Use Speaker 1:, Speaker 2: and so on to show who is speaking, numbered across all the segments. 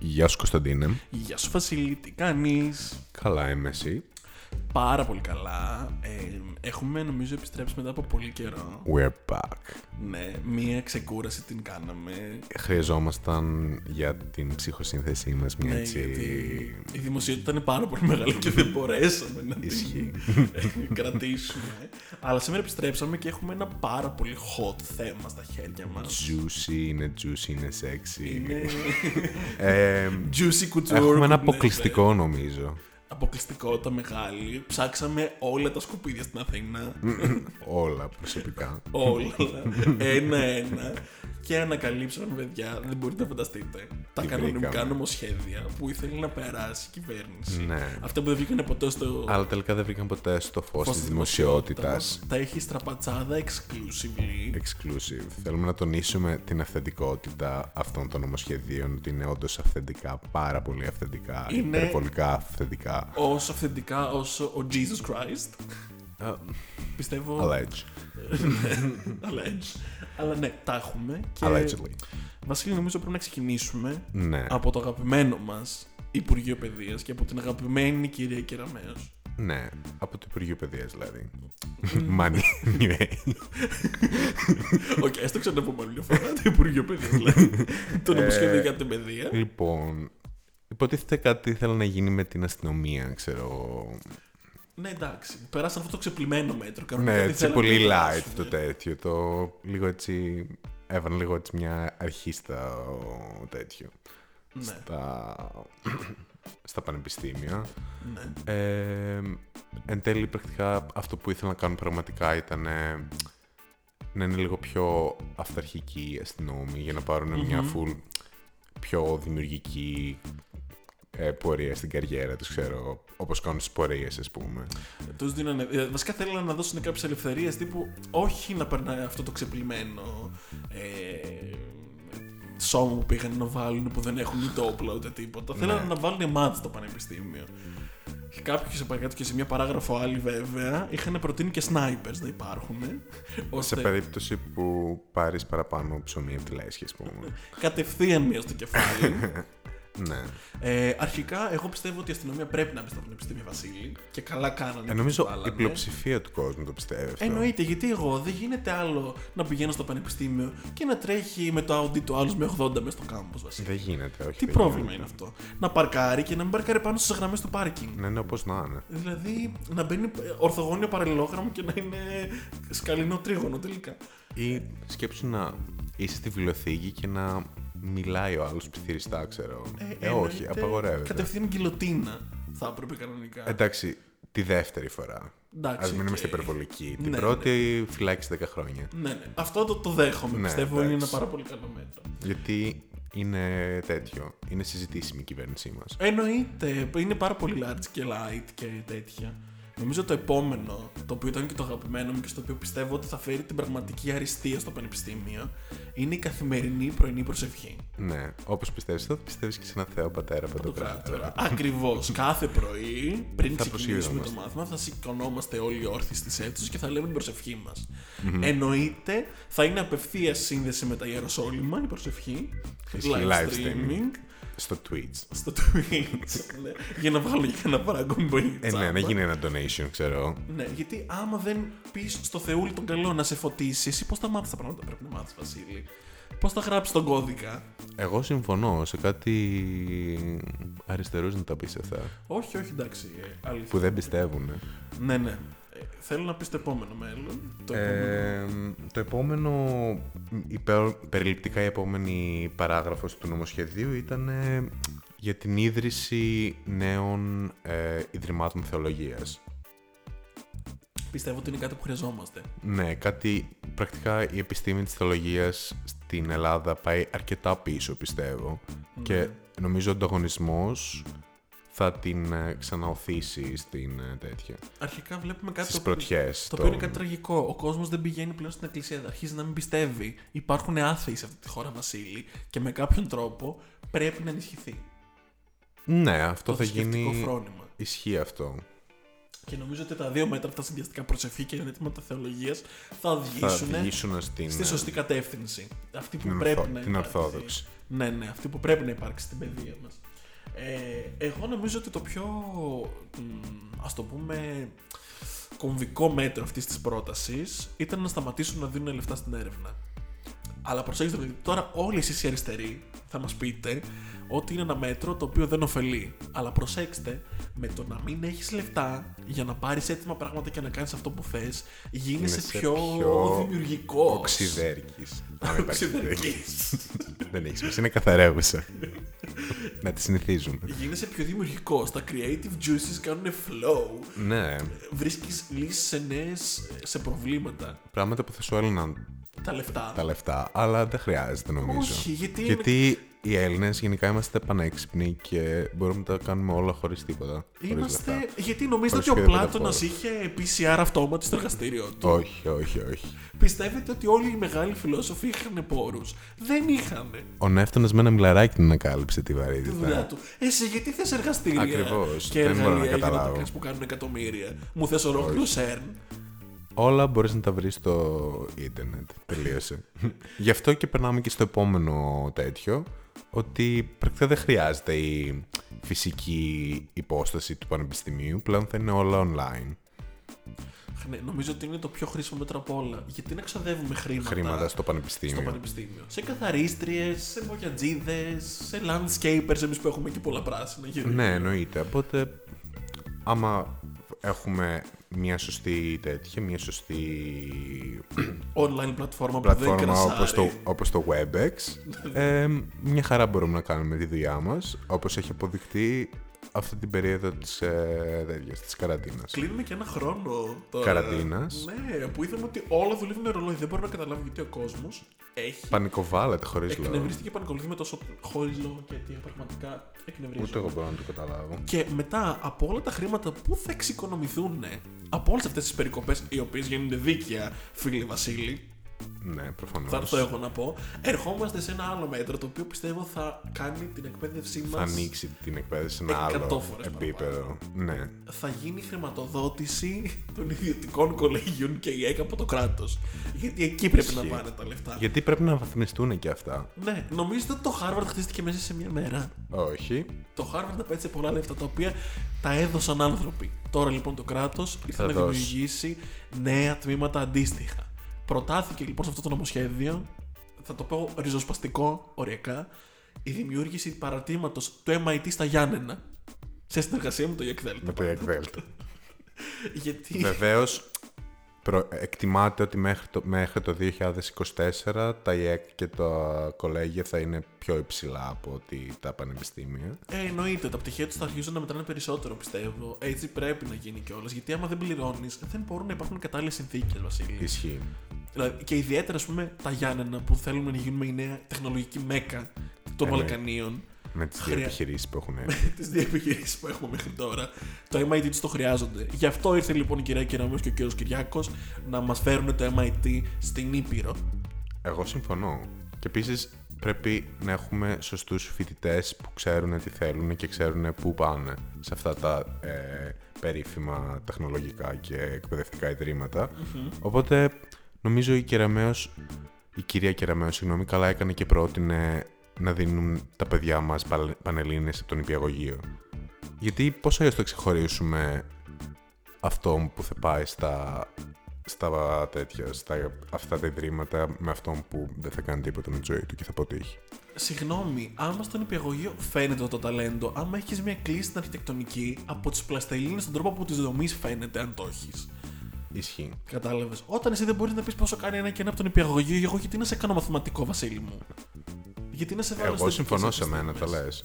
Speaker 1: Γεια σου Κωνσταντίνε.
Speaker 2: Γεια σου Βασίλη, τι κάνεις?
Speaker 1: Καλά είμαι εσύ.
Speaker 2: Πάρα πολύ καλά. Ε, έχουμε νομίζω επιστρέψει μετά από πολύ καιρό.
Speaker 1: We're back.
Speaker 2: Ναι, μία ξεκούραση την κάναμε.
Speaker 1: Χρειαζόμασταν για την ψυχοσύνθεσή μας μια
Speaker 2: Ναι,
Speaker 1: έτσι...
Speaker 2: γιατί η δημοσιότητα είναι πάρα πολύ μεγάλη και δεν μπορέσαμε να την κρατήσουμε. Αλλά σήμερα επιστρέψαμε και έχουμε ένα πάρα πολύ hot θέμα στα χέρια μας.
Speaker 1: Juicy, είναι juicy, είναι ναι, sexy.
Speaker 2: Είναι
Speaker 1: Ε,
Speaker 2: juicy couture.
Speaker 1: έχουμε ένα
Speaker 2: που την έφερε.
Speaker 1: αποκλειστικό νομίζω.
Speaker 2: Αποκλειστικότητα μεγάλη. Ψάξαμε όλα τα σκουπίδια στην Αθήνα.
Speaker 1: Όλα προσωπικά.
Speaker 2: όλα ένα-ένα και ανακαλύψαμε, παιδιά, δεν μπορείτε να φανταστείτε, τα
Speaker 1: Τι
Speaker 2: κανονικά
Speaker 1: βρήκαμε.
Speaker 2: νομοσχέδια που ήθελε να περάσει η κυβέρνηση.
Speaker 1: Ναι.
Speaker 2: Αυτά που δεν βγήκαν ποτέ στο
Speaker 1: Αλλά τελικά δεν βρήκαν ποτέ στο φως
Speaker 2: φως
Speaker 1: της
Speaker 2: της
Speaker 1: δημοσιότητας. Ε,
Speaker 2: Τα έχει στραπατσάδα exclusively.
Speaker 1: Exclusive. Θέλουμε να τονίσουμε την αυθεντικότητα αυτών των νομοσχεδίων, ότι είναι όντως αυθεντικά, πάρα πολύ αυθεντικά,
Speaker 2: Είναι-
Speaker 1: υπερβολικά αυθεντικά.
Speaker 2: Όσο αυθεντικά όσο ο Jesus Christ.
Speaker 1: Ε,
Speaker 2: Πιστεύω.
Speaker 1: Αλλά έτσι.
Speaker 2: Αλλά έτσι. Αλλά ναι, τα έχουμε. Και...
Speaker 1: Αλλά έτσι λέει.
Speaker 2: Βασίλη, νομίζω πρέπει να ξεκινήσουμε
Speaker 1: Ναι.
Speaker 2: από το αγαπημένο μας Υπουργείο Παιδείας και από την αγαπημένη κυρία Κεραμέως.
Speaker 1: Ναι, από το Υπουργείο Παιδείας δηλαδή. ναι. Money anyway.
Speaker 2: Οκ, okay, το ξαναπώ μόνο μια φορά. Το Υπουργείο Παιδείας, δηλαδή.
Speaker 1: Ε,
Speaker 2: το νομοσχέδιο για την παιδεία.
Speaker 1: λοιπόν, υποτίθεται κάτι ήθελε να γίνει με την αστυνομία, ξέρω. εγώ.
Speaker 2: ναι, εντάξει. Περάσαν αυτό το ξεπλημένο μέτρο. κανονικά
Speaker 1: ναι,
Speaker 2: δεν
Speaker 1: έτσι
Speaker 2: θέλαμε
Speaker 1: πολύ
Speaker 2: να
Speaker 1: light
Speaker 2: περάσουμε.
Speaker 1: το τέτοιο. Το λίγο έτσι. Έβαλε λίγο έτσι μια αρχή στα ο, τέτοιο.
Speaker 2: Ναι,
Speaker 1: Στα, στα πανεπιστήμια.
Speaker 2: ναι.
Speaker 1: Ε, εν τέλει, πρακτικά αυτό που ήθελα να κάνω πραγματικά ήταν ε, να είναι λίγο πιο αυταρχική η αστυνόμη για να πάρουν μια full πιο δημιουργική ε, πορεία στην καριέρα τους, ξέρω, όπως κάνουν στις πορείες, ας πούμε.
Speaker 2: Τους δίνανε. ε, Βασικά θέλανε να δώσουν κάποιες ελευθερίες τύπου όχι να περνάει αυτό το ξεπλημένο. Ε, σώμα που πήγαν να βάλουν που δεν έχουν ούτε όπλα ούτε τίποτα.
Speaker 1: Ναι.
Speaker 2: Θέλανε να βάλουν μάτ στο πανεπιστήμιο. Και Κάποιοι σε παρακάτω και σε μια παράγραφο άλλη βέβαια είχαν προτείνει και snipers να υπάρχουν.
Speaker 1: Σε
Speaker 2: Ναι.
Speaker 1: περίπτωση που πάρεις παραπάνω ψωμί από τη λέσχη, ας πούμε.
Speaker 2: κατευθείαν μία στο κεφάλι.
Speaker 1: ναι.
Speaker 2: ε, αρχικά, εγώ πιστεύω ότι η αστυνομία πρέπει να μπει στα πανεπιστήμια Βασίλη και καλά κάνανε.
Speaker 1: Ε,
Speaker 2: που
Speaker 1: νομίζω
Speaker 2: το βάλανε.
Speaker 1: η πλειοψηφία του κόσμου το πιστεύει αυτό.
Speaker 2: Εννοείται, γιατί εγώ δεν γίνεται άλλο να πηγαίνω στο πανεπιστήμιο και να τρέχει με το Audi του άλλου με 80 μέσα στο κάμπο Βασίλη.
Speaker 1: Δεν γίνεται, όχι.
Speaker 2: Τι
Speaker 1: δεν
Speaker 2: πρόβλημα
Speaker 1: γίνεται.
Speaker 2: είναι αυτό. Να παρκάρει και να μην παρκάρει πάνω στις γραμμές του πάρκινγκ.
Speaker 1: Ναι, ναι, όπως να είναι.
Speaker 2: Δηλαδή να μπαίνει ορθογώνιο παραλληλόγραμμο και να είναι σκαλινό τρίγωνο τελικά.
Speaker 1: Ή σκέψου να είσαι στη βιβλιοθήκη και να μιλάει ο άλλος πυθυριστά, ξέρω. Ε, όχι,
Speaker 2: εννοείται,
Speaker 1: απαγορεύεται. Ε,
Speaker 2: Κατευθείαν γκυλοτίνα θα έπρεπε κανονικά.
Speaker 1: Εντάξει, τη δεύτερη φορά.
Speaker 2: Εντάξει,
Speaker 1: Ας μην
Speaker 2: οκ.
Speaker 1: είμαστε υπερβολικοί. Την
Speaker 2: Ναι,
Speaker 1: πρώτη φυλάκισε 10 χρόνια.
Speaker 2: Ναι, ναι. Αυτό το, το δέχομαι.
Speaker 1: Ναι,
Speaker 2: πιστεύω
Speaker 1: εντάξει.
Speaker 2: είναι ένα πάρα πολύ καλό μέτρο.
Speaker 1: Γιατί είναι τέτοιο. Είναι συζητήσιμη η κυβέρνησή μας.
Speaker 2: Ε. Εννοείται. Είναι πάρα πολύ large και light και τέτοια. Νομίζω το επόμενο, το οποίο ήταν και το αγαπημένο μου και στο οποίο πιστεύω ότι θα φέρει την πραγματική αριστεία στο πανεπιστήμιο, είναι η καθημερινή πρωινή προσευχή.
Speaker 1: Ναι, όπως πιστεύεις θα πιστεύεις και σε ένα θεό πατέρα από το κράτορα.
Speaker 2: Ακριβώς. Κάθε πρωί, πριν
Speaker 1: Θα
Speaker 2: ξεκινήσουμε το
Speaker 1: προσγειωνόμαστε.
Speaker 2: μάθημα, θα σηκωνόμαστε όλοι όρθιοι στις αίθουσες και θα λέμε την προσευχή μας. Εννοείται, θα είναι απευθείας σύνδεση με τα Ιεροσόλυμα, η προσευχή.
Speaker 1: Ισχύει, live streaming. Στο Twitch.
Speaker 2: στο Twitch. ναι, για να βάλω για ένα παραγκόμπο
Speaker 1: Ε, ναι, να γίνει ένα donation, ξέρω.
Speaker 2: Ναι, γιατί άμα δεν πεις στο Θεούλη τον καλό να σε φωτίσεις, εσύ πώς θα μάθεις τα πράγματα που πρέπει να μάθεις, Βασίλη. Πώς θα γράψεις τον κώδικα.
Speaker 1: Εγώ συμφωνώ σε κάτι αριστερούς να τα πεις αυτά.
Speaker 2: Όχι, όχι, εντάξει. ε, αλήθεια.
Speaker 1: Που δεν πιστεύουν.
Speaker 2: Ναι, ναι. Ε, θέλω να πεις το επόμενο μέλλον. Το επόμενο.
Speaker 1: Ε, το επόμενο, η πε- περιληπτικά η επόμενη παράγραφος του νομοσχεδίου ήταν ε, για την ίδρυση νέων ε, ιδρυμάτων θεολογίας.
Speaker 2: Πιστεύω ότι είναι κάτι που χρειαζόμαστε.
Speaker 1: Ναι, κάτι πρακτικά η επιστήμη της θεολογίας στην Ελλάδα πάει αρκετά πίσω πιστεύω
Speaker 2: Ναι.
Speaker 1: και νομίζω ο ανταγωνισμός θα την ε, ξαναωθήσει στην ε, τέτοια,
Speaker 2: Αρχικά βλέπουμε κάτι
Speaker 1: στις
Speaker 2: Ε, το, οποίο-
Speaker 1: πρωτιές.
Speaker 2: το οποίο είναι
Speaker 1: των-
Speaker 2: κάτι τραγικό. Ο κόσμος δεν πηγαίνει πλέον στην εκκλησία, αρχίζει να μην πιστεύει. Υπάρχουν άθεοι σε αυτή τη χώρα, Βασίλη, και με κάποιον τρόπο πρέπει να ενισχυθεί.
Speaker 1: Ναι, αυτό
Speaker 2: το
Speaker 1: θα γίνει...
Speaker 2: θρησκευτικό φρόνημα.
Speaker 1: Ισχύει αυτό.
Speaker 2: Και νομίζω ότι τα δύο μέτρα αυτά συνδυαστικά προσευχή και ενέτηματα θεολογίας θα
Speaker 1: Θα
Speaker 2: οδηγήσουν
Speaker 1: οδηγήσουν στην,
Speaker 2: στη
Speaker 1: ε,
Speaker 2: σωστή κατεύθυνση. Αυτή που
Speaker 1: την,
Speaker 2: πρέπει
Speaker 1: ορθο-
Speaker 2: να
Speaker 1: την
Speaker 2: υπάρξει.
Speaker 1: Ορθόδοξη.
Speaker 2: Ναι, ναι, αυτή που πρέπει να υπάρξει στην παιδεία μας. Ε, εγώ νομίζω ότι το πιο, μ, ας το πούμε, κομβικό μέτρο αυτής της πρότασης ήταν να σταματήσουν να δίνουν λεφτά στην έρευνα. Αλλά προσέξτε, παιδί, τώρα όλοι εσείς οι αριστεροί θα μας πείτε ότι είναι ένα μέτρο το οποίο δεν ωφελεί. Αλλά προσέξτε, με το να μην έχεις λεφτά για να πάρεις έτοιμα πράγματα και να κάνεις αυτό που θες, γίνεσαι
Speaker 1: Γίνεσαι
Speaker 2: πιο,
Speaker 1: πιο
Speaker 2: δημιουργικός.
Speaker 1: Οξυδέρκη. Αν υπάρχει οξυδέρκη.
Speaker 2: Οξυδερκής.
Speaker 1: Δεν έχεις σημασία, είναι καθαρέγουσα. να τη συνηθίζουμε.
Speaker 2: Γίνεσαι πιο δημιουργικός. Τα creative juices κάνουν flow.
Speaker 1: Ναι,
Speaker 2: Βρίσκεις λύσεις σε νέες σε προβλήματα.
Speaker 1: πράγματα που θα σου έλυναν
Speaker 2: Τα λεφτά.
Speaker 1: τα λεφτά, αλλά δεν χρειάζεται νομίζω.
Speaker 2: Όχι, γιατί είναι-
Speaker 1: Γιατί οι Έλληνες γενικά είμαστε πανέξυπνοι και μπορούμε να τα κάνουμε όλα χωρίς τίποτα. χωρίς λεφτά.
Speaker 2: Είμαστε. Γιατί νομίζετε
Speaker 1: Χωρίς
Speaker 2: ότι ο
Speaker 1: και δεν
Speaker 2: Πλάτονα
Speaker 1: τα
Speaker 2: είχε PCR αυτόματο στο εργαστήριό του.
Speaker 1: Όχι, όχι, όχι.
Speaker 2: Πιστεύετε ότι όλοι οι μεγάλοι φιλόσοφοι είχαν πόρους. Δεν είχαν.
Speaker 1: Ο Νεύτωνας με ένα μιλαράκι την ανακάλυψε τη
Speaker 2: Τη δουλειά
Speaker 1: βαρύτητα.
Speaker 2: του. Εσύ γιατί θες εργαστήρια
Speaker 1: Ναι. Ακριβώς,
Speaker 2: και
Speaker 1: δεν μπορώ να
Speaker 2: εργαλεία για να τα
Speaker 1: καταλάβω.
Speaker 2: κάνεις που κάνουν εκατομμύρια. Μου θες ολόκληρο σερν.
Speaker 1: Όλα μπορείς να τα βρεις στο ίντερνετ. Τελείωσε. Γι' αυτό και περνάμε και στο επόμενο τέτοιο. Ότι πρακτικά δεν χρειάζεται η φυσική υπόσταση του πανεπιστημίου. Πλέον θα είναι όλα online.
Speaker 2: Ναι, νομίζω ότι είναι το πιο χρήσιμο μέτρο από όλα. Γιατί να ξοδεύουμε
Speaker 1: Χρήματα στο
Speaker 2: στο
Speaker 1: πανεπιστήμιο.
Speaker 2: πανεπιστήμιο. Σε καθαρίστριες, σε μογιατζίδε, σε landscapers, εμείς που έχουμε και πολλά πράσινα γύρω.
Speaker 1: Ναι, εννοείται. Οπότε, άμα έχουμε μια σωστή τέτοια, μια σωστή
Speaker 2: Online πλατφόρμα, που δεν
Speaker 1: πλατφόρμα
Speaker 2: κρασάρει.
Speaker 1: όπως το, όπως το WebEx, ε, μια χαρά μπορούμε να κάνουμε τη δουλειά μας, όπως έχει αποδειχτεί αυτή την περίοδο της, ε, τέτοιας, της καραντίνας.
Speaker 2: Κλείνουμε και ένα χρόνο τώρα.
Speaker 1: Καραντίνας.
Speaker 2: Ναι, που είδαμε ότι όλα δουλεύουν με ρολόι. Δεν μπορώ να καταλάβω γιατί ο κόσμος έχει.
Speaker 1: Πανικοβάλλεται χωρίς λόγο.
Speaker 2: Εκνευριστεί και πανακολουθεί με τόσο χωρίς λόγο και αιτία. Πραγματικά εκνευρίζει.
Speaker 1: Ούτε εγώ μπορώ να το καταλάβω.
Speaker 2: Και μετά από όλα τα χρήματα που θα εξοικονομηθούν από όλες αυτές τις περικοπές, οι οποίες γίνονται δίκαια, φίλε Βασίλη,
Speaker 1: Ναι, προφανώς.
Speaker 2: θα έρθω εγώ να πω. Ερχόμαστε σε ένα άλλο μέτρο το οποίο πιστεύω θα κάνει την εκπαίδευσή μα.
Speaker 1: Θα ανοίξει την εκπαίδευση σε ένα
Speaker 2: Εκατό
Speaker 1: άλλο
Speaker 2: φορές
Speaker 1: επίπεδο. Ναι.
Speaker 2: Θα γίνει χρηματοδότηση των ιδιωτικών κολεγίων και η ΕΚ από το κράτος. Γιατί εκεί πρέπει να
Speaker 1: Ισχύει.
Speaker 2: πάνε τα λεφτά.
Speaker 1: Γιατί πρέπει να βαθμιστούν και αυτά.
Speaker 2: Ναι, νομίζετε ότι το Harvard χτίστηκε μέσα σε μια μέρα.
Speaker 1: Όχι.
Speaker 2: Το Harvard απέτυχε πολλά λεφτά τα οποία τα έδωσαν άνθρωποι. Τώρα λοιπόν το κράτος ήρθε
Speaker 1: Θα
Speaker 2: να
Speaker 1: δώσει.
Speaker 2: δημιουργήσει νέα τμήματα αντίστοιχα. Προτάθηκε λοιπόν σε αυτό το νομοσχέδιο, θα το πω ριζοσπαστικό οριακά, η δημιούργηση παρατήματος του MIT στα Γιάννενα. Σε συνεργασία με το ΙΕΚ
Speaker 1: Με το Εκδέλτα.
Speaker 2: Γιατί.
Speaker 1: Βεβαίως, εκτιμάται ότι μέχρι το, μέχρι το 2024 τα ΙΕΚ και τα κολέγια θα είναι πιο υψηλά από ότι τα πανεπιστήμια.
Speaker 2: Ε, εννοείται, τα πτυχία τους θα αρχίσουν να μετράνε περισσότερο, πιστεύω. Έτσι πρέπει να γίνει κιόλας. Γιατί άμα δεν πληρώνεις, δεν μπορούν να υπάρχουν κατάλληλες συνθήκες, Βασίλη.
Speaker 1: Ισχύει.
Speaker 2: Δηλαδή, και ιδιαίτερα, ας πούμε, τα Γιάννενα που θέλουμε να γίνουμε η νέα τεχνολογική μέκα των
Speaker 1: Εννοείται.
Speaker 2: Βαλκανίων.
Speaker 1: Με τις δύο
Speaker 2: Χρεια-
Speaker 1: επιχειρήσεις που έχουν έρθει.
Speaker 2: Τις δύο επιχειρήσεις που έχουμε μέχρι τώρα. Το MIT τους το χρειάζονται. Γι' αυτό ήρθε λοιπόν η κυρία Κυραμή και ο κύριος Κυριάκος να μας φέρουν το MIT στην Ήπειρο.
Speaker 1: Εγώ συμφωνώ. Και επίσης πρέπει να έχουμε σωστούς φοιτητές που ξέρουν τι θέλουν και ξέρουν πού πάνε σε αυτά τα ε, περίφημα τεχνολογικά και εκπαιδευτικά ιδρύματα. Οπότε νομίζω η Κεραμέως, η κυρία Κεραμέως, συγγνώμη, καλά έκανε και πρότεινε να δίνουν τα παιδιά μας παλε- πανελλήνιες από τον υπηαγωγείο. Γιατί πώς αλλιώς το ξεχωρίσουμε αυτόν που θα πάει στα, στα τέτοια, στα αυτά τα ιδρύματα με αυτόν που δεν θα κάνει τίποτα με τη ζωή του και θα αποτύχει.
Speaker 2: Συγγνώμη, άμα στον υπηαγωγείο φαίνεται το ταλέντο, άμα έχεις μια κλίση στην αρχιτεκτονική, από τις πλαστελίνες, τον τρόπο που τη δομή φαίνεται, αν το έχεις.
Speaker 1: Ισχύει.
Speaker 2: Κατάλαβες. Όταν εσύ δεν μπορείς να πεις πόσο κάνει ένα και ένα από τον υπηαγωγείο, εγώ γιατί να σε κάνω μαθηματικό, Βασίλη μου. Γιατί να σε βάλω
Speaker 1: Εγώ
Speaker 2: στις
Speaker 1: συμφωνώ σε
Speaker 2: επιστήμες.
Speaker 1: μένα, τα λες.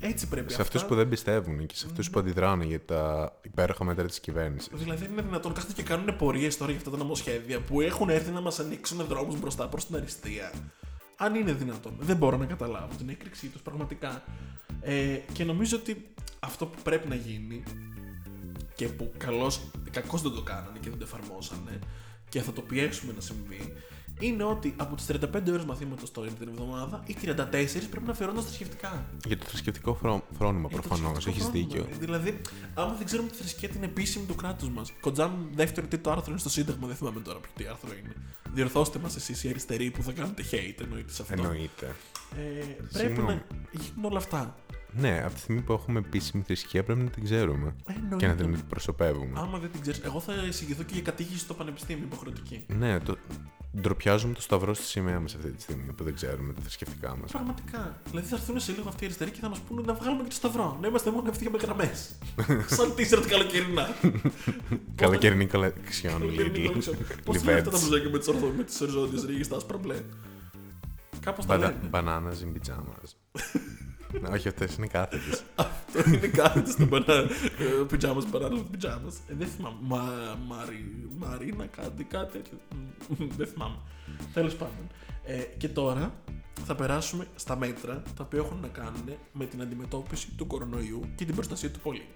Speaker 2: Έτσι πρέπει
Speaker 1: Σε αυτούς που δεν πιστεύουν και σε αυτούς που αντιδράνε για τα υπέροχα μέτρα της κυβέρνησης.
Speaker 2: Δηλαδή δεν είναι δυνατόν κάθονται και κάνουν πορείες τώρα για αυτά τα νομοσχέδια που έχουν έρθει να μας ανοίξουν δρόμους μπροστά προς την αριστεία. Αν είναι δυνατόν. Δεν μπορώ να καταλάβω την έκρηξή τους πραγματικά. Ε, και νομίζω ότι αυτό που πρέπει να γίνει και που καλώς, κακώς δεν το κάνανε και δεν το εφαρμόσανε και θα το πιέσουμε να συμβεί είναι ότι από τις 35 ώρες μαθήματος τώρα την εβδομάδα, οι 34 πρέπει να αφιερώνονται στα θρησκευτικά.
Speaker 1: Για το θρησκευτικό φρό... φρόνημα
Speaker 2: Για Ε, το
Speaker 1: προφανώς.
Speaker 2: θρησκευτικό
Speaker 1: Έχεις
Speaker 2: πρόβλημα.
Speaker 1: δίκιο.
Speaker 2: Δηλαδή, άμα δεν ξέρουμε τη θρησκεία την επίσημη του κράτους μας. Κοντζάν, δεύτερο ή τρίτο άρθρο είναι στο Σύνταγμα, δεν θυμάμαι τώρα ποιο τι άρθρο είναι. Διορθώστε μας εσείς οι αριστεροί που θα κάνετε hate, εννοείται σε αυτό.
Speaker 1: Εννοείται.
Speaker 2: Ε, πρέπει
Speaker 1: Συγγνώμη.
Speaker 2: να γίνουν όλα αυτά.
Speaker 1: Ναι, από τη στιγμή που έχουμε επίσημη θρησκεία πρέπει να την ξέρουμε.
Speaker 2: Ε, Εννοείται.
Speaker 1: Και να την αντιπροσωπεύουμε.
Speaker 2: Άμα δεν την ξέρεις, εγώ θα εισηγηθώ και για κατήχηση στο πανεπιστήμιο υποχρεωτική.
Speaker 1: Ναι, το... ντροπιάζουμε το σταυρό στη σημαία μας αυτή τη στιγμή που δεν ξέρουμε τα θρησκευτικά μας.
Speaker 2: Πραγματικά. Δηλαδή θα έρθουν σε λίγο αυτοί οι αριστεροί και θα μας πούνε να βγάλουμε και το σταυρό. Να είμαστε μόνο αυτοί με γραμμές. Σαν τίσερ του καλοκαιρινά.
Speaker 1: Καλοκαιρινή καλαξιόν, Lidl.
Speaker 2: Πώς είναι
Speaker 1: Livet's.
Speaker 2: αυτά τα μπουζάκια με τις ορθό με τις οριζόντιες ρίγες, τα άσπρα μπλε. Κάπως τα
Speaker 1: Μπανα...
Speaker 2: λένε.
Speaker 1: Μπανάνα in pyjamas. Ναι, Όχι, αυτές είναι κάθετε.
Speaker 2: Αυτό είναι κάτι στο μπανά. Πιτζάμα, μπανάνα, πιτζάμα. Δεν θυμάμαι. Μα, μαρι, μαρίνα, κάτι, κάτι τέτοιο. Μ, Δεν θυμάμαι. Τέλος πάντων. Ε, και τώρα θα περάσουμε στα μέτρα τα οποία έχουν να κάνουν με την αντιμετώπιση του κορονοϊού και την προστασία του πολίτη.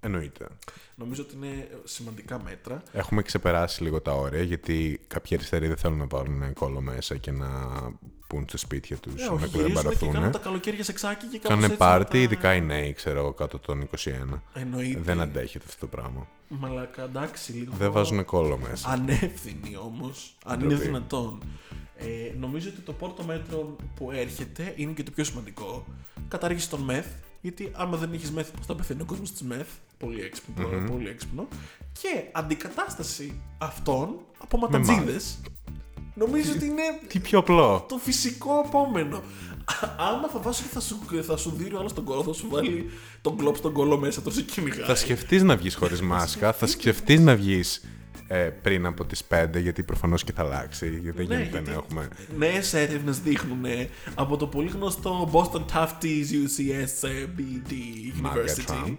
Speaker 1: Εννοείται.
Speaker 2: Νομίζω ότι είναι ε, σημαντικά μέτρα.
Speaker 1: Έχουμε ξεπεράσει λίγο τα όρια γιατί κάποιοι αριστεροί δεν θέλουν να πάρουν κόλλο μέσα και να πούν στα σπίτια τους
Speaker 2: Ε,
Speaker 1: να
Speaker 2: όχι, γυρίζουν και κάνουν
Speaker 1: κλεμπαραθούν.
Speaker 2: τα καλοκαίρια σε ξάκι και κάπως
Speaker 1: Κάνουν
Speaker 2: έτσι μετά-
Speaker 1: πάρτι, ειδικά οι νέοι, ξέρω εγώ, κάτω των 21.
Speaker 2: Εννοείται.
Speaker 1: Δεν αντέχεται αυτό το πράγμα.
Speaker 2: Μαλακα, εντάξει, λίγο.
Speaker 1: Δεν βάζουν κόλλο μέσα.
Speaker 2: Ανεύθυνοι όμως, αν είναι
Speaker 1: Ντροπή.
Speaker 2: δυνατόν. Ε, νομίζω ότι το πρώτο μέτρο που έρχεται είναι και το πιο σημαντικό. Κατάργηση των μεθ. Γιατί άμα δεν έχεις μεθ, πώ θα πεθαίνει ο κόσμο της μεθ. Πολύ έξυπνο, πολύ έξυπνο. Και αντικατάσταση αυτών από ματατζίδε. Νομίζω ότι είναι
Speaker 1: Τι πιο απλό.
Speaker 2: το φυσικό επόμενο. Α- Άμα φοβάσαι ότι θα σου, θα σου δίνει ο άλλος τον κόλλο, θα σου βάλει τον κλοπ στον κόλλο μέσα, τον σε κυνηγάει.
Speaker 1: Θα σκεφτείς να βγεις χωρίς μάσκα, θα σκεφτείς να βγεις πριν από τις 5, γιατί προφανώς και θα αλλάξει. Γιατί δεν
Speaker 2: Ναι,
Speaker 1: γίνεται να
Speaker 2: γιατί-
Speaker 1: έχουμε.
Speaker 2: Νέες έρευνες δείχνουν από το πολύ γνωστό Boston Tufties UCSBD
Speaker 1: Μάγκα
Speaker 2: University.
Speaker 1: Trump.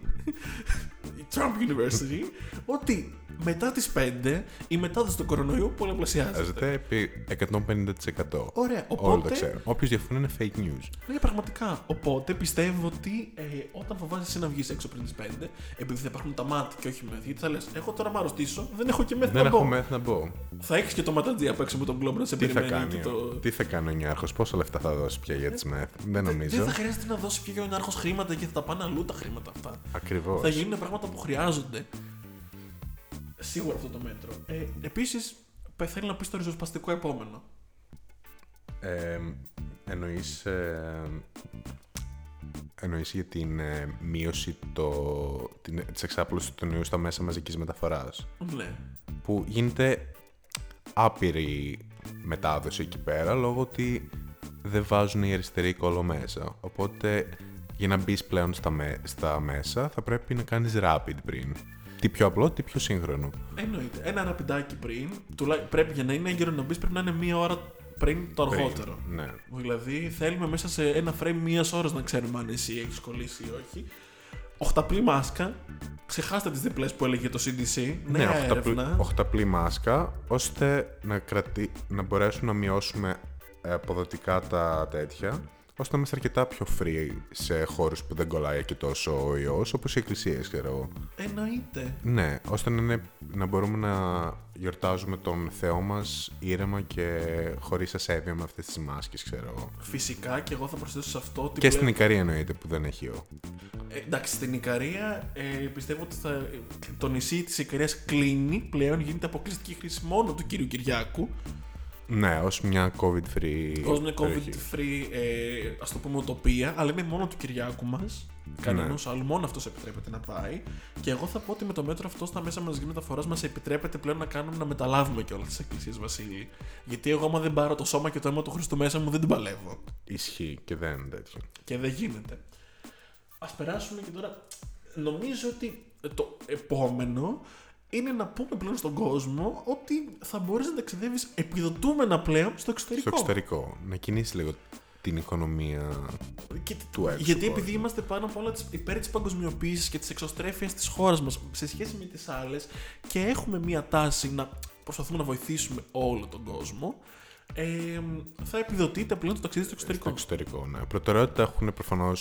Speaker 2: Trump University. ότι μετά τις 5 η μετάδοση του κορονοϊού πολλαπλασιάζεται.
Speaker 1: Χρειάζεται επί 150%.
Speaker 2: Ωραία,
Speaker 1: Όλοι το
Speaker 2: οπότε.
Speaker 1: ξέρουν. Όποιος διαφωνεί είναι fake news.
Speaker 2: Ναι, πραγματικά. Οπότε πιστεύω ότι ε, όταν φοβάσαι εσύ να βγεις έξω πριν τις 5, επειδή θα υπάρχουν τα μάτια και όχι μεθ, γιατί θα λες: Εγώ τώρα μ' αρρωστήσω, δεν έχω και μεθ
Speaker 1: Δεν
Speaker 2: να
Speaker 1: έχω
Speaker 2: μπω».
Speaker 1: μεθ να μπω.
Speaker 2: Θα έχεις και το ματατζή απ' έξω με τον κλόμπρο να σε
Speaker 1: Τι θα
Speaker 2: περιμένει.
Speaker 1: κάνει,
Speaker 2: και το...
Speaker 1: τι θα κάνει ο Νιάρχος, πόσα λεφτά θα δώσει πια για τις μεθ. Δεν νομίζω.
Speaker 2: Δεν θα χρειάζεται να δώσει πιο γιονάρχο χρήματα γιατί θα τα πάνε αλλού τα χρήματα αυτά.
Speaker 1: Ακριβώς.
Speaker 2: Θα γίνουν πράγματα που χρειάζονται. Σίγουρα αυτό το μέτρο. Ε, Επίσης, θέλω να πεις το ριζοσπαστικό επόμενο.
Speaker 1: Εννοεί. Εννοείς για την ε, μείωση το, την, της εξάπλωσης του νέου στα μέσα μαζικής μεταφοράς.
Speaker 2: Ναι.
Speaker 1: που γίνεται άπειρη μετάδοση εκεί πέρα λόγω ότι δεν βάζουν οι αριστεροί κόλλο μέσα. Οπότε για να μπεις πλέον στα, με- στα μέσα θα πρέπει να κάνεις rapid πριν. Τι πιο απλό, τι πιο σύγχρονο.
Speaker 2: Εννοείται. Ένα ραπιντάκι πριν, τουλά- πρέπει για να είναι έγκαιρο να μπεις, πρέπει να είναι μία ώρα πριν το αργότερο.
Speaker 1: Πριν, Ναι.
Speaker 2: Δηλαδή, θέλουμε μέσα σε ένα frame μίας ώρας να ξέρουμε αν εσύ έχεις κολλήσει ή όχι. Οχταπλή μάσκα. Ξεχάστε τις διπλές που έλεγε το CDC.
Speaker 1: Ναι,
Speaker 2: Νέα
Speaker 1: οχταπλή,
Speaker 2: έρευνα.
Speaker 1: οχταπλή μάσκα, ώστε να, κρατεί, να μπορέσουν να μειώσουμε ε, αποδοτικά τα τέτοια, ώστε να είμαστε αρκετά πιο free σε χώρους που δεν κολλάει και τόσο ο ιός, όπως οι εκκλησίες, ξέρω εγώ.
Speaker 2: Εννοείται.
Speaker 1: Ναι, ώστε να, είναι, να μπορούμε να γιορτάζουμε τον Θεό μας ήρεμα και χωρίς ασέβεια με αυτές τις μάσκες, ξέρω εγώ.
Speaker 2: Φυσικά και εγώ θα προσθέσω σε αυτό ότι.
Speaker 1: Και
Speaker 2: πλέον-
Speaker 1: στην Ικαρία εννοείται που δεν έχει ο.
Speaker 2: Ε, εντάξει, στην Ικαρία ε, πιστεύω ότι θα, ε, το νησί της Ικαρίας κλείνει πλέον, γίνεται αποκλειστική χρήση μόνο του κύριου Κυριάκου.
Speaker 1: Ναι, ως μια COVID-free
Speaker 2: Ως μια
Speaker 1: περιοχή.
Speaker 2: COVID-free, ε, ας το πούμε, ουτοπία, αλλά είναι μόνο του Κυριάκου μας. Κανένας άλλου, μόνο αυτός επιτρέπεται να πάει. Και εγώ θα πω ότι με το μέτρο αυτό στα μέσα μαζικής μεταφοράς μας επιτρέπεται πλέον να κάνουμε να μεταλάβουμε και όλε τις εκκλησίες, Βασίλη. Γιατί εγώ, άμα δεν πάρω το σώμα και το αίμα του Χριστού μέσα μου, δεν την παλεύω.
Speaker 1: Ισχύει και δεν είναι τέτοιο.
Speaker 2: Και δεν γίνεται. Ας περάσουμε και τώρα. Νομίζω ότι το επόμενο είναι να πούμε πλέον στον κόσμο ότι θα μπορείς να ταξιδεύεις επιδοτούμενα πλέον στο
Speaker 1: Στο
Speaker 2: εξωτερικό.
Speaker 1: εξωτερικό, να κινήσεις λίγο την οικονομία
Speaker 2: Και-
Speaker 1: του έξω.
Speaker 2: γιατί επειδή είμαστε πάνω απ' όλα τις- υπέρ της παγκοσμιοποίησης και της εξωστρέφειας της χώρας μας σε σχέση με τις άλλες και έχουμε μία τάση να προσπαθούμε να βοηθήσουμε όλο τον κόσμο, ε, θα επιδοτείται πλέον το ταξίδι στο
Speaker 1: στο
Speaker 2: εξωτερικό.
Speaker 1: εξωτερικό, ναι. Προτεραιότητα έχουν προφανώς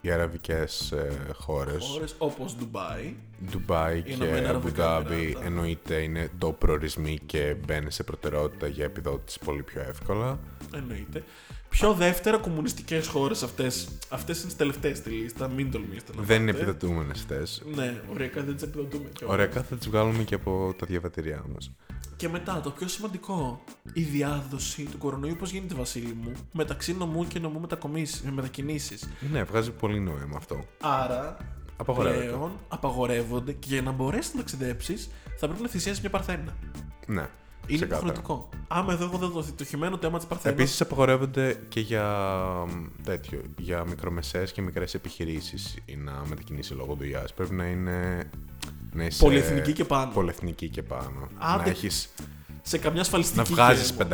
Speaker 1: οι αραβικές ε, χώρες.
Speaker 2: Χώρες όπως Ντουμπάι.
Speaker 1: Ντουμπάι και
Speaker 2: Ηνωμένα Αραβικά ναι,
Speaker 1: Αμπουδάμπι
Speaker 2: Εμιράτα.
Speaker 1: εννοείται είναι το προορισμοί και μπαίνει σε προτεραιότητα για επιδότηση πολύ πιο εύκολα.
Speaker 2: Εννοείται. Πιο δεύτερα, κομμουνιστικές χώρες αυτές. Αυτές είναι τι τελευταίες στη λίστα, μην τολμήσετε να
Speaker 1: Δεν είναι
Speaker 2: πάτε.
Speaker 1: επιδοτούμενες θέσει.
Speaker 2: Ναι, ωριακά δεν τις επιδοτούμε κιόλας.
Speaker 1: Ωραία, θα τις βγάλουμε και από τα διαβατηριά μας.
Speaker 2: Και μετά, το πιο σημαντικό, η διάδοση του κορονοϊού, πώς γίνεται, Βασίλη μου, μεταξύ νομού και νομού μετακινήσεις.
Speaker 1: Ναι, βγάζει πολύ νόημα αυτό.
Speaker 2: Άρα,
Speaker 1: Απαγορεύεται.
Speaker 2: πλέον απαγορεύονται και για να μπορέσεις να ταξιδέψεις, θα πρέπει να θυσιάσεις μια παρθένα.
Speaker 1: Ναι.
Speaker 2: Είναι
Speaker 1: ξεκάθαρα.
Speaker 2: υποχρεωτικό. Άμα εδώ εγώ δεν δω το χειμένο τέμα της παρθένας.
Speaker 1: Επίσης απαγορεύονται και για μ, τέτοιο, για μικρομεσαίες και μικρές επιχειρήσεις να μετακινήσει λόγω δουλειάς. Πρέπει να είναι. Να είσαι
Speaker 2: Πολυεθνική και πάνω.
Speaker 1: πολυεθνική και πάνω.
Speaker 2: Άντε,
Speaker 1: να έχεις,
Speaker 2: σε καμιά ασφαλιστική.
Speaker 1: να βγάζεις
Speaker 2: γέμο.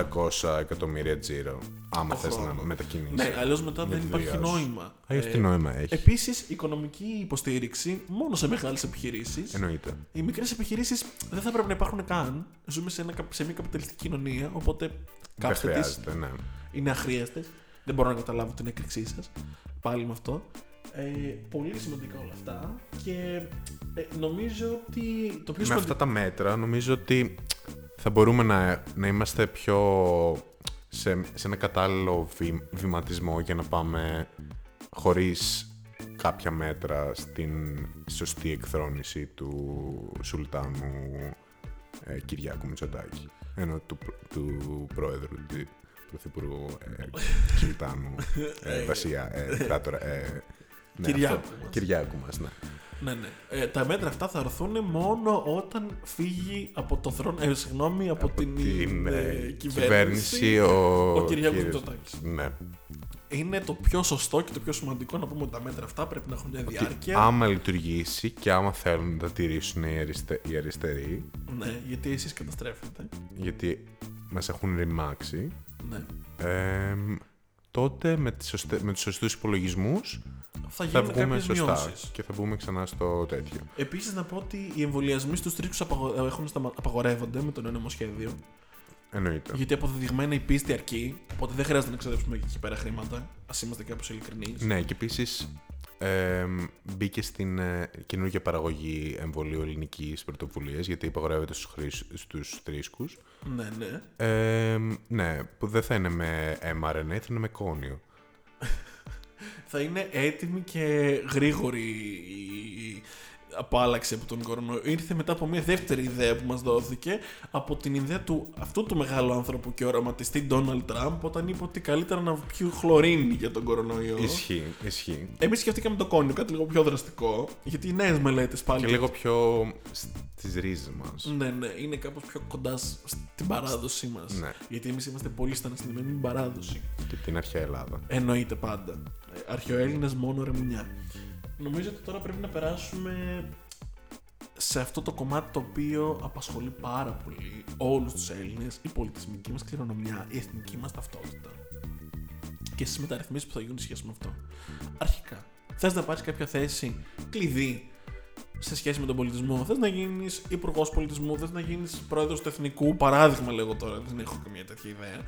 Speaker 1: 500 εκατομμύρια τζίρο, άμα
Speaker 2: Το
Speaker 1: θες να
Speaker 2: χρόνο.
Speaker 1: μετακινήσεις.
Speaker 2: Ναι, Ε, αλλιώς μετά
Speaker 1: Για
Speaker 2: δεν
Speaker 1: τη
Speaker 2: υπάρχει
Speaker 1: δουλειά σου.
Speaker 2: νόημα.
Speaker 1: Αλλιώς τι νόημα έχει.
Speaker 2: Επίσης, οικονομική υποστήριξη μόνο σε μεγάλες επιχειρήσεις.
Speaker 1: Εννοείται.
Speaker 2: Οι μικρές επιχειρήσεις δεν θα πρέπει να υπάρχουν καν. Ζούμε σε, ένα, σε μια καπιταλιστική κοινωνία, οπότε
Speaker 1: Δεν
Speaker 2: κάψτε τι.
Speaker 1: χρειάζεται, ναι.
Speaker 2: Είναι αχρίαστες. Δεν μπορώ να καταλάβω την έκρηξή σας. Πάλι με αυτό. Ε, πολύ σημαντικά όλα αυτά. Και ε, νομίζω ότι το πιο
Speaker 1: Με
Speaker 2: σημαντικό.
Speaker 1: αυτά τα μέτρα νομίζω ότι θα μπορούμε να, να είμαστε πιο σε, σε ένα κατάλληλο βη- βηματισμό για να πάμε χωρίς κάποια μέτρα στην σωστή εκθρόνηση του σουλτάνου ε, Κυριάκου Μητσοτάκη. Ενώ του, π- του πρόεδρου, του πρωθυπουργού ε, σουλτάνου, ε, βασιλιά, ε, δικτάτορα, ε, ναι, αυτό.
Speaker 2: Κυριάκου μας.
Speaker 1: Κυριάκου μας, ναι.
Speaker 2: Ναι, ναι. Ε, τα μέτρα αυτά θα έρθουν μόνο όταν φύγει από το θρόνο. Ε, συγγνώμη, από, την,
Speaker 1: την
Speaker 2: ε,
Speaker 1: ε,
Speaker 2: κυβέρνηση.
Speaker 1: κυβέρνηση ο,
Speaker 2: ο Κυριάκος
Speaker 1: κύριος-
Speaker 2: Μητσοτάκης.
Speaker 1: Ναι.
Speaker 2: Είναι το πιο σωστό και το πιο σημαντικό να πούμε ότι τα μέτρα αυτά πρέπει να έχουν μια
Speaker 1: Και
Speaker 2: διάρκεια.
Speaker 1: άμα λειτουργήσει και άμα θέλουν να τα τηρήσουν οι, αριστε, οι αριστεροί,
Speaker 2: Ναι, γιατί εσείς καταστρέφετε.
Speaker 1: γιατί μας έχουν ρημάξει,
Speaker 2: Ναι.
Speaker 1: ε, τότε με, τις σωστε, με τους σωστούς υπολογισμούς θα
Speaker 2: Θα γίνουν
Speaker 1: βγούμε
Speaker 2: κάποιες
Speaker 1: σωστά
Speaker 2: μειώσεις.
Speaker 1: και θα μπούμε ξανά στο τέτοιο.
Speaker 2: Επίσης, να πω ότι οι εμβολιασμοί στους τρίχου ε, απαγορεύονται με το νέο νομοσχέδιο.
Speaker 1: Ναι. Εννοείται.
Speaker 2: Γιατί αποδεδειγμένα η πίστη αρκεί. Οπότε δεν χρειάζεται να ξοδέψουμε εκεί πέρα χρήματα. Ας είμαστε κάπως ειλικρινείς.
Speaker 1: Ναι, και επίσης ε, μπήκε στην ε, καινούργια παραγωγή εμβολίου ελληνική πρωτοβουλίας, γιατί υπαγορεύεται στους στους τρίσκους.
Speaker 2: Ναι, ναι.
Speaker 1: Ε, ναι, που δεν θα είναι με mRNA, θα είναι με κόνιο.
Speaker 2: θα είναι έτοιμη και γρήγορη η απάλλαξη από τον κορονοϊό. Ήρθε μετά από μια δεύτερη ιδέα που μας δόθηκε από την ιδέα του αυτού του μεγάλου άνθρωπου και οραματιστή Donald Trump όταν είπε ότι καλύτερα να πιει χλωρίνη για τον κορονοϊό.
Speaker 1: Ισχύει, ισχύει.
Speaker 2: Εμείς σκεφτήκαμε το κόνιο, κάτι λίγο πιο δραστικό, γιατί οι νέες μελέτες πάλι...
Speaker 1: Και λίγο πιο στις ρίζες μας.
Speaker 2: Ναι, ναι, είναι κάπως πιο κοντά σ- στην παράδοσή μας.
Speaker 1: Ναι.
Speaker 2: Γιατί εμείς είμαστε πολύ στενασυνημένοι με την παράδοση.
Speaker 1: Και την αρχαία Ελλάδα.
Speaker 2: Εννοείται πάντα. Ε, Αρχαιοέλληνες μόνο ρεμουνιά. Νομίζω ότι τώρα πρέπει να περάσουμε σε αυτό το κομμάτι το οποίο απασχολεί πάρα πολύ όλους τους Έλληνες, η πολιτισμική μας κληρονομιά, η εθνική μας ταυτότητα και στις μεταρρυθμίσεις που θα γίνουν σχέση με αυτό. Αρχικά, θες να πάρεις κάποια θέση κλειδί σε σχέση με τον πολιτισμό, θες να γίνεις υπουργός πολιτισμού, θες να γίνεις πρόεδρος του εθνικού, παράδειγμα λέγω τώρα, δεν έχω καμία τέτοια ιδέα,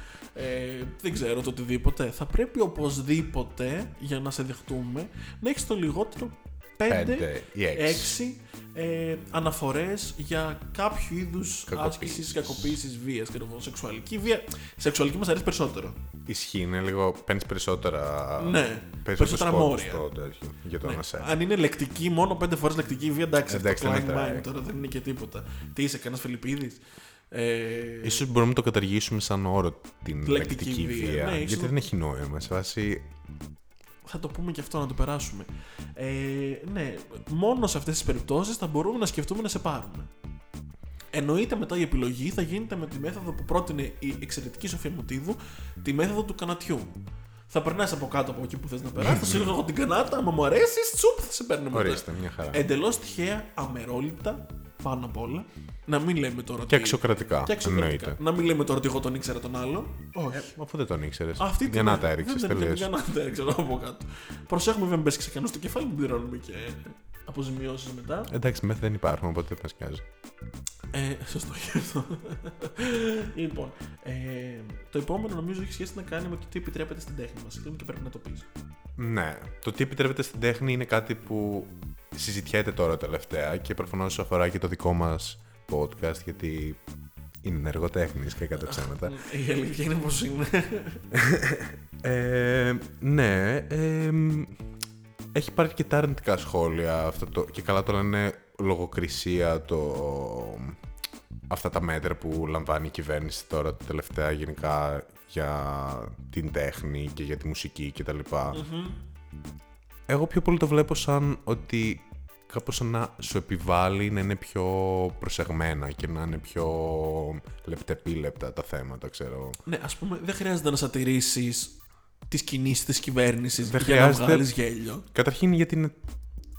Speaker 2: ε, δεν ξέρω το οτιδήποτε. Θα πρέπει οπωσδήποτε, για να σε δεχτούμε, να έχεις το λιγότερο 5
Speaker 1: Πέντε ή έξι.
Speaker 2: έξι ε, αναφορές για κάποιο είδους
Speaker 1: Κακοποίησης.
Speaker 2: άσκησης, κακοποίησης βίας και σεξουαλική βία. Σεξουαλική μας αρέσει περισσότερο.
Speaker 1: Ισχύει, είναι λίγο. Παίρνεις περισσότερα.
Speaker 2: ναι,
Speaker 1: Περισσότερα
Speaker 2: περισσότερα μόρια.
Speaker 1: Στο τέτοιο, για το
Speaker 2: Ναι.
Speaker 1: να σε.
Speaker 2: Αν είναι λεκτική, μόνο πέντε φορές λεκτική βία, εντάξει,
Speaker 1: Εντάξει,
Speaker 2: αυτό
Speaker 1: δεν
Speaker 2: το
Speaker 1: μετράει.
Speaker 2: κλάιν τώρα δεν είναι και τίποτα. Τι είσαι, κανένας Φιλιππίδης. Ε,
Speaker 1: Ίσως μπορούμε να το καταργήσουμε σαν όρο την
Speaker 2: Λεκτική
Speaker 1: λεκτική
Speaker 2: βία.
Speaker 1: βία.
Speaker 2: Ναι, ίσως
Speaker 1: γιατί
Speaker 2: να-
Speaker 1: δεν έχει νόημα. Σε βάση.
Speaker 2: θα το πούμε και αυτό να το περάσουμε. Ε, ναι, μόνο σε αυτές τις περιπτώσεις θα μπορούμε να σκεφτούμε να σε πάρουμε. Εννοείται μετά η επιλογή θα γίνεται με τη μέθοδο που πρότεινε η εξαιρετική Σοφία Μουτίδου, τη μέθοδο του κανατιού. Θα περνάς από κάτω από εκεί που θες να περάσεις, θα σύρω εγώ την κανάτα, άμα μου αρέσεις, τσουπ, θα σε παίρνω μετά.
Speaker 1: Ορίστε, μια χαρά.
Speaker 2: Εντελώς τυχαία, αμερόληπτα, πάνω απ' όλα. Να μην λέμε τώρα
Speaker 1: Και
Speaker 2: ότι-
Speaker 1: αξιοκρατικά.
Speaker 2: και αξιοκρατικά.
Speaker 1: Εννοείται.
Speaker 2: Να μην λέμε τώρα ότι εγώ τον ήξερα τον άλλο. Όχι.
Speaker 1: Αφού δεν τον ήξερες.
Speaker 2: Αυτή
Speaker 1: Για
Speaker 2: την- ε,
Speaker 1: να τα έριξες.
Speaker 2: Δεν την
Speaker 1: Τελείως.
Speaker 2: για να τα έριξε από κάτω. Προσέχουμε βέβαια, μην πέσει κανένα στο κεφάλι, μην πληρώνουμε και αποζημιώσεις μετά.
Speaker 1: Εντάξει, μεθ δεν υπάρχουν, οπότε δεν μα νοιάζει.
Speaker 2: Ε, σωστό και αυτό. λοιπόν, ε, το επόμενο νομίζω έχει σχέση να κάνει με το τι επιτρέπεται στην τέχνη μας. Λοιπόν, και πρέπει να το πεις.
Speaker 1: Ναι. Το τι επιτρέπεται στην τέχνη είναι κάτι που συζητιέται τώρα τελευταία και προφανώς αφορά και το δικό μας podcast, γιατί είναι εργοτέχνη και κατά ψέματα.
Speaker 2: Η αλήθεια είναι πως είναι.
Speaker 1: Ε, ναι. ε, μ, έχει υπάρχει και τα αρνητικά σχόλια αυτό το, και καλά το λένε λογοκρισία το, αυτά τα μέτρα που λαμβάνει η κυβέρνηση τώρα τελευταία γενικά για την τέχνη και για τη μουσική κτλ.
Speaker 2: Μμμ.
Speaker 1: Εγώ πιο πολύ το βλέπω σαν ότι κάπως να σου επιβάλλει να είναι πιο προσεγμένα και να είναι πιο λεπτεπίλεπτα τα θέματα, ξέρω.
Speaker 2: ναι, ας πούμε, δεν χρειάζεται να σατηρήσει τι κινήσει της κυβέρνησης για
Speaker 1: Δεν
Speaker 2: να
Speaker 1: χρειάζεται.
Speaker 2: βγάλεις γέλιο.
Speaker 1: Καταρχήν γιατί είναι-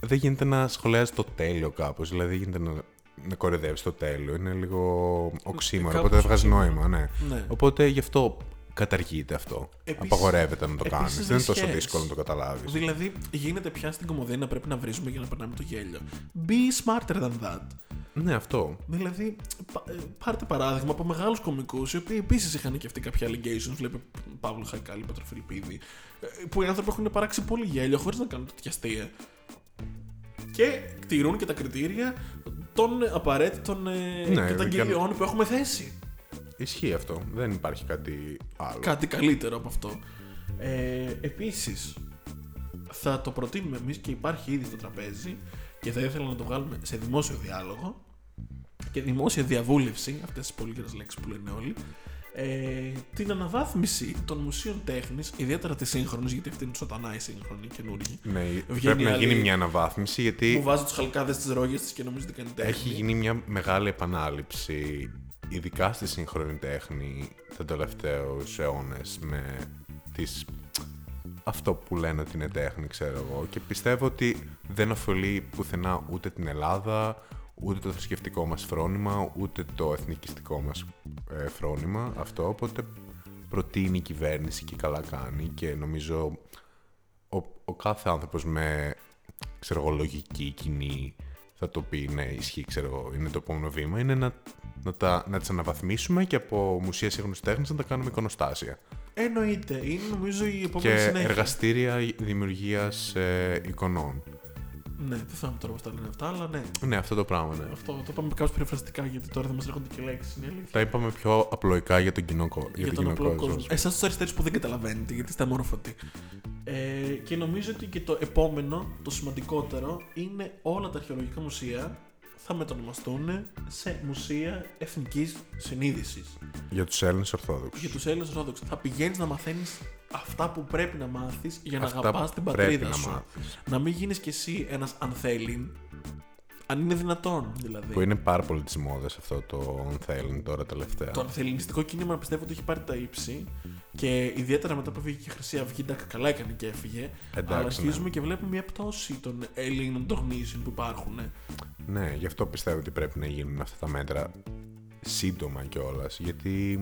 Speaker 1: δεν γίνεται να σχολιάζει το τέλειο κάπως, δηλαδή δεν γίνεται να, να κορυδεύεις το τέλειο, είναι λίγο οξύμορο,
Speaker 2: κάπως
Speaker 1: οπότε δεν βγάζει
Speaker 2: οξύμορο.
Speaker 1: νόημα, ναι.
Speaker 2: Ναι.
Speaker 1: Οπότε γι' αυτό καταργείται αυτό.
Speaker 2: Επίσης-
Speaker 1: Απαγορεύεται να το
Speaker 2: επίσης
Speaker 1: κάνεις, δεν είναι τόσο
Speaker 2: δυσχέρεις.
Speaker 1: δύσκολο να το καταλάβεις.
Speaker 2: Δηλαδή, γίνεται πια στην κομμωδία να πρέπει να βρίζουμε για να περνάμε το γέλιο. Be smarter than that.
Speaker 1: Ναι, αυτό.
Speaker 2: Δηλαδή, πα- ε, πάρτε παράδειγμα από μεγάλους κωμικού, οι οποίοι επίσης είχαν και αυτοί κάποια allegations. Βλέπει Παύλο Χακάλη, Πατροφιλιππίδη. ε, Που οι άνθρωποι έχουν παράξει πολύ γέλιο χωρίς να κάνουν τέτοια αστεία. Και τηρούν και τα κριτήρια των απαραίτητων ε,
Speaker 1: Ναι,
Speaker 2: καταγγελιών που έχουμε θέσει.
Speaker 1: Ισχύει αυτό. Δεν υπάρχει κάτι άλλο.
Speaker 2: Κάτι καλύτερο από αυτό. Ε, Επίσης, θα το προτείνουμε εμείς και υπάρχει ήδη στο τραπέζι και θα ήθελα να το βγάλουμε σε δημόσιο διάλογο και δημόσια διαβούλευση, αυτές τις πολύγερε λέξεις που λένε όλοι, ε, την αναβάθμιση των μουσείων τέχνης, ιδιαίτερα της σύγχρονης, γιατί αυτή είναι σοτανά η σύγχρονη καινούργια.
Speaker 1: Ναι,
Speaker 2: Βγαίνει
Speaker 1: πρέπει να γίνει
Speaker 2: άλλη-
Speaker 1: μια αναβάθμιση
Speaker 2: Που
Speaker 1: γιατί
Speaker 2: βάζει τους χαλκάδες τη ρόγες της και νομίζει ότι κάνει τέχνη.
Speaker 1: έχει γίνει μια μεγάλη επανάληψη ειδικά στη σύγχρονη τέχνη τα τελευταίους αιώνες με τις... αυτό που λένε ότι είναι τέχνη ξέρω εγώ και πιστεύω ότι δεν ωφελεί πουθενά ούτε την Ελλάδα ούτε το θρησκευτικό μας φρόνημα ούτε το εθνικιστικό μας ε, φρόνημα αυτό οπότε προτείνει η κυβέρνηση και καλά κάνει και νομίζω ο, ο κάθε άνθρωπος με ξέρω εγώ, λογική κοινή θα το πει ναι ισχύει ξέρω εγώ είναι το επόμενο βήμα είναι να, να, τα, να τις αναβαθμίσουμε και από μουσεία σύγχρονης τέχνης να τα κάνουμε εικονοστάσια
Speaker 2: Εννοείται, είναι νομίζω η επόμενη
Speaker 1: και
Speaker 2: συνέχεια.
Speaker 1: εργαστήρια δημιουργίας ε, εικονών
Speaker 2: Ναι, δεν θυμάμαι τώρα πώς τα λένε αυτά, αλλά ναι.
Speaker 1: ναι αυτό το πράγμα ναι.
Speaker 2: Αυτό το είπαμε κάπως περιφραστικά γιατί τώρα δεν μας έρχονται και λέξεις. Είναι αλήθεια.
Speaker 1: τα είπαμε πιο απλοϊκά για τον κοινό, κο- για
Speaker 2: για,
Speaker 1: τον
Speaker 2: τον
Speaker 1: κοινό
Speaker 2: απλό κόσμο.
Speaker 1: κόσμο,
Speaker 2: Εσάς τους αριστερούς που δεν καταλαβαίνετε, γιατί είστε αμόρφωτοι. Ε, και νομίζω ότι και το επόμενο, το σημαντικότερο, είναι όλα τα αρχαιολογικά μουσεία θα μετονομαστούν σε μουσεία εθνικής συνείδησης.
Speaker 1: για τους Έλληνες Ορθόδοξους
Speaker 2: Για τους Έλληνες Ορθόδοξους. Θα πηγαίνεις να μαθαίνεις αυτά που πρέπει να μάθεις για να
Speaker 1: Αυτά
Speaker 2: αγαπάς
Speaker 1: που
Speaker 2: την
Speaker 1: πρέπει
Speaker 2: πατρίδα
Speaker 1: να
Speaker 2: σου.
Speaker 1: μάθεις.
Speaker 2: Να μην γίνεις κι εσύ ένας αν θέλει. Αν είναι δυνατόν δηλαδή.
Speaker 1: που είναι πάρα πολύ της μόδας αυτό το αν θέλουν τώρα τελευταία
Speaker 2: Το ανθεληνιστικό κίνημα πιστεύω ότι έχει πάρει τα ύψη και ιδιαίτερα μετά που έφυγε και η Χρυσή Αυγή, εντάξει, καλά έκανε και έφυγε.
Speaker 1: Εντάξει,
Speaker 2: αλλά
Speaker 1: ναι.
Speaker 2: αρχίζουμε και βλέπουμε μια πτώση των Ελλήνων των γνήσεων που υπάρχουν.
Speaker 1: Ναι, γι' αυτό πιστεύω ότι πρέπει να γίνουν αυτά τα μέτρα σύντομα κιόλας. Γιατί.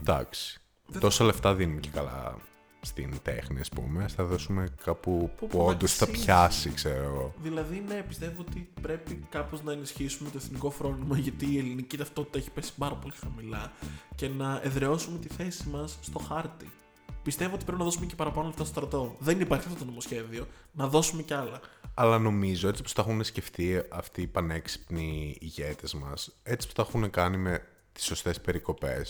Speaker 1: εντάξει.
Speaker 2: Δεν-
Speaker 1: Τόσα λεφτά δίνουμε και καλά στην τέχνη, ας πούμε. ας Τα δώσουμε κάπου
Speaker 2: Που-
Speaker 1: που,
Speaker 2: που
Speaker 1: όντως θα
Speaker 2: αξίζει.
Speaker 1: πιάσει, ξέρω εγώ.
Speaker 2: Δηλαδή, ναι, πιστεύω ότι πρέπει κάπως να ενισχύσουμε το εθνικό φρόνημα γιατί η ελληνική ταυτότητα έχει πέσει πάρα πολύ χαμηλά και να εδραιώσουμε τη θέση μας στο χάρτη. Πιστεύω ότι πρέπει να δώσουμε και παραπάνω λεφτά στο στρατό. Δεν υπάρχει αυτό το νομοσχέδιο. Να δώσουμε κι άλλα.
Speaker 1: Αλλά νομίζω έτσι που τα έχουν σκεφτεί αυτοί οι πανέξυπνοι ηγέτες μας, έτσι που τα έχουν κάνει με τις σωστές περικοπές,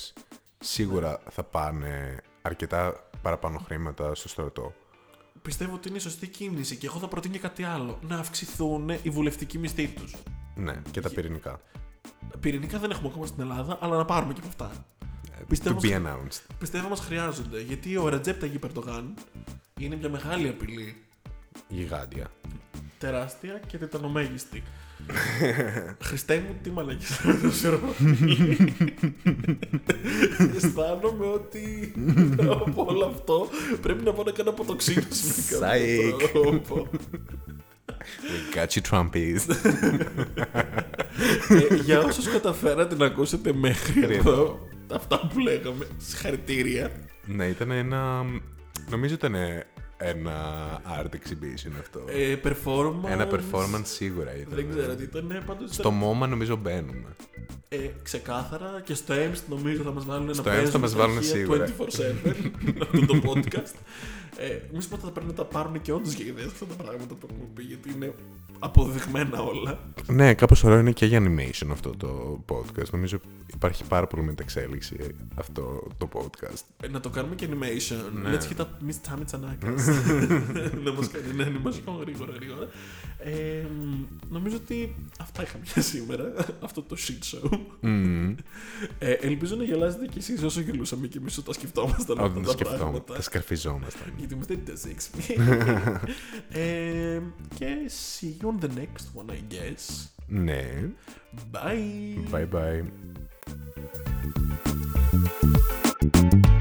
Speaker 1: σίγουρα θα πάνε αρκετά παραπάνω χρήματα στο στρατό.
Speaker 2: Πιστεύω ότι είναι η σωστή κίνηση και εγώ θα προτείνω και κάτι άλλο. Να αυξηθούν οι βουλευτικοί μισθοί τους.
Speaker 1: Ναι, και τα πυρηνικά.
Speaker 2: Πυρηνικά δεν έχουμε ακόμα στην Ελλάδα, αλλά να πάρουμε και από αυτά. Ε, πιστεύω
Speaker 1: To be
Speaker 2: στο-
Speaker 1: announced.
Speaker 2: Πιστεύω μας χρειάζονται, γιατί ο Ρετζέπτα Ταγί Περτογάν είναι μια μεγάλη απειλή.
Speaker 1: Γιγάντια.
Speaker 2: Τεράστια και τετανομέγιστη. Χριστέ μου, τι μαλακή θα Αισθάνομαι ότι από όλο αυτό πρέπει να πάω να κάνω αποτοξίνωση με
Speaker 1: Σάικ.
Speaker 2: κάποιο τρόπο.
Speaker 1: We got you, Trumpies.
Speaker 2: Ε, για όσους καταφέρατε να ακούσετε μέχρι
Speaker 1: Κρίμα.
Speaker 2: εδώ αυτά που λέγαμε, συγχαρητήρια.
Speaker 1: Ναι, ήταν ένα. Νομίζω ήταν ένα art exhibition αυτό.
Speaker 2: Ε, performance.
Speaker 1: Ένα performance σίγουρα ήταν.
Speaker 2: Δεν ξέρω τι ήταν. ε, Πάντως
Speaker 1: Στο MoMA νομίζω μπαίνουμε.
Speaker 2: ήταν ε, ξεκάθαρα και στο Έμστ νομίζω θα μας βάλουν
Speaker 1: Στο
Speaker 2: να
Speaker 1: Έμστ θα
Speaker 2: παίζουν
Speaker 1: μας
Speaker 2: τα
Speaker 1: βάλουν
Speaker 2: αρχεία
Speaker 1: σίγουρα.
Speaker 2: 24-7 αυτό το podcast. Ε, Μη σου πω θα πρέπει να τα πάρουν και όντως για ιδέες αυτά τα πράγματα που έχουμε πει, γιατί είναι αποδεδειγμένα όλα.
Speaker 1: Ναι, κάπως ωραίο είναι και για animation αυτό το podcast. Νομίζω υπάρχει πάρα πολύ μεταξέλιξη αυτό το podcast.
Speaker 2: Ε, να το κάνουμε και animation.
Speaker 1: Ναι.
Speaker 2: Έτσι και τα Miss Tammy Τσανάκα. να μας κάνει ένα animation γρήγορα, γρήγορα. Ε, νομίζω ότι αυτά είχαμε για σήμερα. αυτό το shit show.
Speaker 1: Μμμ.
Speaker 2: Ε, ελπίζω να γελάσετε κι εσείς όσο γελούσαμε και εμείς όταν σκεφτόμασταν
Speaker 1: Όταν
Speaker 2: αυτά
Speaker 1: τα
Speaker 2: τα
Speaker 1: σκεφτόμαστε,
Speaker 2: πράγματα.
Speaker 1: τα σκαρφιζόμασταν.
Speaker 2: Γιατί είμαστε τέτοιες έξυπνοι. ε, και see you on the next one, I guess.
Speaker 1: Ναι,
Speaker 2: Bye.
Speaker 1: bye bye.